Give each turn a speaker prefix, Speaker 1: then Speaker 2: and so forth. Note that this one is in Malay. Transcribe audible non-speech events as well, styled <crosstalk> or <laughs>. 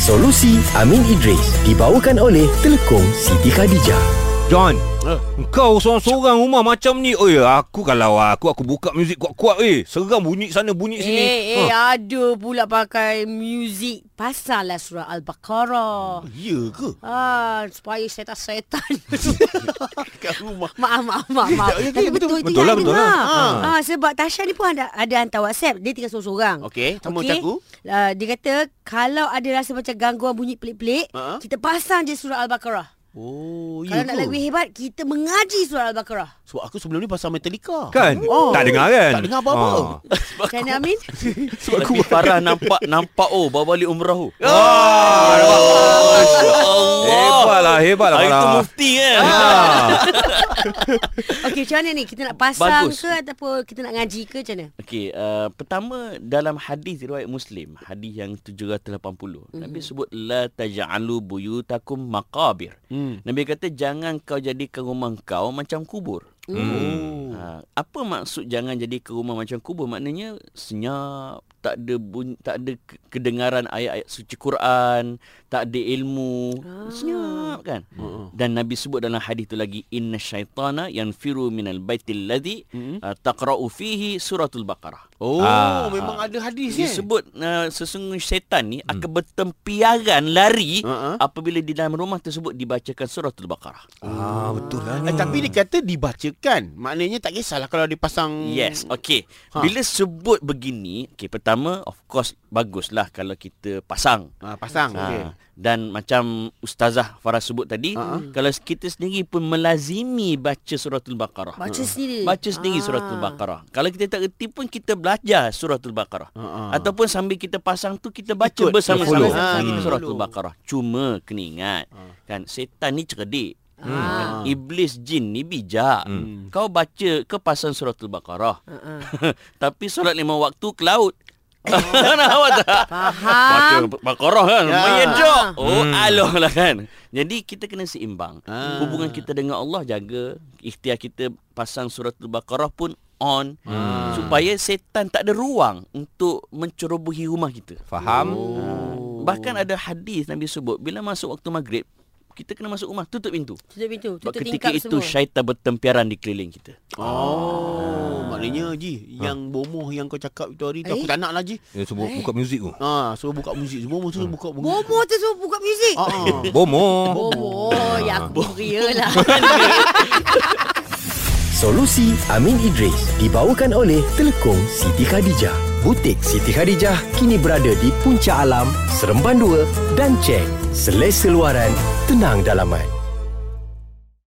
Speaker 1: Solusi Amin Idris dibawakan oleh Telekom Siti Khadijah.
Speaker 2: John
Speaker 3: Ha.
Speaker 2: Kau seorang-seorang rumah macam ni Oi aku kalau aku Aku buka muzik kuat-kuat eh Seram bunyi sana bunyi sini
Speaker 4: Eh, eh, ha. ada pula pakai muzik pasal lah surah
Speaker 3: Oh,
Speaker 4: Al-Baqarah.
Speaker 2: Ya ke?
Speaker 4: Ah, supaya setan-setan.
Speaker 3: <laughs> kat rumah.
Speaker 4: maaf, maaf, maaf. maaf.
Speaker 3: Ya, ya,
Speaker 4: Tapi
Speaker 3: betul,
Speaker 4: betul-betul
Speaker 3: Ha.
Speaker 2: betul lah,
Speaker 4: yang
Speaker 2: betul lah.
Speaker 4: dengar. Ah. sebab Tasha ni pun ada, ada hantar WhatsApp. Dia tinggal seorang-seorang.
Speaker 3: Okey, sama macam aku.
Speaker 4: Ah, dia kata, kalau ada rasa macam gangguan bunyi pelik-pelik,
Speaker 3: Ha?
Speaker 4: kita pasang je surah Al-Baqarah.
Speaker 3: Oh,
Speaker 4: Kalau nak lebih hebat, kita mengaji surah Al-Baqarah.
Speaker 3: Sebab aku sebelum ni pasang Metallica.
Speaker 2: Kan?
Speaker 3: Oh.
Speaker 2: Tak dengar kan?
Speaker 3: Tak dengar apa-apa.
Speaker 2: Ah.
Speaker 4: Macam mana,
Speaker 3: <laughs>
Speaker 4: Amin?
Speaker 5: <laughs> Sebab aku Farah nampak nampak oh bawa balik umrah oh.
Speaker 2: Ah, nampak?
Speaker 5: Allah.
Speaker 2: Hebat lah Hebat lah
Speaker 5: Hari tu
Speaker 2: Farah.
Speaker 5: Ah, mufti kan.
Speaker 2: Ah.
Speaker 4: Okey, macam mana ni? Kita nak pasang
Speaker 5: Bagus.
Speaker 4: ke ataupun kita nak ngaji ke macam mana?
Speaker 5: <laughs> Okey, uh, pertama dalam hadis riwayat Muslim, hadis yang 780. Mm-hmm.
Speaker 4: Mhm.
Speaker 5: Nabi sebut la taj'alu buyutakum maqabir.
Speaker 3: Hmm.
Speaker 5: Nabi kata jangan kau jadikan rumah kau macam kubur.
Speaker 3: Hmm.
Speaker 5: Ha, apa maksud jangan jadi ke rumah macam kubur? Maknanya senyap, tak ada bunyi, tak ada ke- kedengaran ayat-ayat suci Quran, tak ada ilmu.
Speaker 4: Ah.
Speaker 5: Ah. Senyap kan? Uh-huh. Dan Nabi sebut dalam hadis tu lagi inna syaitana yanfiru minal baitil ladzi
Speaker 3: Mm-mm.
Speaker 5: uh, taqra'u fihi suratul baqarah.
Speaker 3: Oh,
Speaker 2: Ah.
Speaker 3: memang ada hadis eh.
Speaker 5: Disebut uh, sesungguhnya syaitan ni akan bertempiaran lari
Speaker 3: Ha, ha.
Speaker 5: apabila di dalam rumah tersebut dibacakan suratul baqarah.
Speaker 2: Ah, Betul lah ni
Speaker 3: Eh, tapi dia kata dibacakan. Maknanya tak kisahlah kalau dipasang
Speaker 5: Yes, okay.
Speaker 3: Ha.
Speaker 5: Ha. Bila sebut begini, okay, pertama of course baguslah kalau kita pasang.
Speaker 3: Ah, pasang. Okey.
Speaker 5: Ha. Dan macam Ustazah Farah sebut tadi,
Speaker 3: Ha.
Speaker 5: kalau kita sendiri pun melazimi baca suratul Baqarah.
Speaker 4: Baca sendiri.
Speaker 5: Hmm. Baca sendiri
Speaker 4: Ah.
Speaker 5: suratul Baqarah. Kalau kita tak erti pun kita belajar suratul Baqarah.
Speaker 3: Ha.
Speaker 5: Ataupun sambil kita pasang tu kita baca
Speaker 3: Ikut,
Speaker 5: bersama-sama
Speaker 3: kita follow.
Speaker 5: ha,
Speaker 3: Ha, kita
Speaker 5: suratul
Speaker 3: follow.
Speaker 5: Baqarah. Cuma kena ingat, kan setan ni cerdik.
Speaker 3: Hmm.
Speaker 4: Ah.
Speaker 5: Kan, Iblis jin ni bijak. Kau baca ke pasang suratul Baqarah.
Speaker 4: Uh-uh.
Speaker 5: <laughs> Tapi solat lima waktu ke laut. Nampak Kan tak? Baca
Speaker 4: Faham? Hmm.
Speaker 5: Baqarah kan.
Speaker 3: Ya.
Speaker 5: Menyedok. Oh, aloh lah kan. Jadi kita kena seimbang.
Speaker 4: Ha.
Speaker 3: Ah.
Speaker 5: Hubungan kita dengan Allah jaga. Ikhtiar kita pasang suratul Baqarah pun on.
Speaker 4: Ha.
Speaker 5: Supaya setan tak ada ruang untuk mencerobohi rumah kita.
Speaker 2: Faham?
Speaker 5: Oh. Bahkan ada hadis Nabi sebut bila masuk waktu maghrib kita kena masuk rumah tutup pintu.
Speaker 4: Tutup pintu,
Speaker 5: Sebab
Speaker 4: tutup tingkap
Speaker 5: ketika itu
Speaker 4: semua.
Speaker 5: syaitan bertempiaran di keliling kita.
Speaker 3: Oh, maknanya Ji, yang bomoh yang kau cakap itu hari tu aku
Speaker 4: Eh?
Speaker 3: tak nak lah Ji.
Speaker 2: Dia sebut buka muzik tu
Speaker 3: Ha, so buka muzik semua musuh buka muzik.
Speaker 4: Bomo tu semua buka muzik.
Speaker 5: Ah,
Speaker 3: Ha.
Speaker 2: Bomo
Speaker 4: Bomo, ya aku ria
Speaker 5: <laughs>
Speaker 4: lah.
Speaker 1: Solusi Amin Idris dibawakan oleh Telekom Siti Khadijah. Butik Siti Khadijah kini berada di Puncak Alam, Seremban 2 dan Cheng. Selesa luaran, tenang dalaman.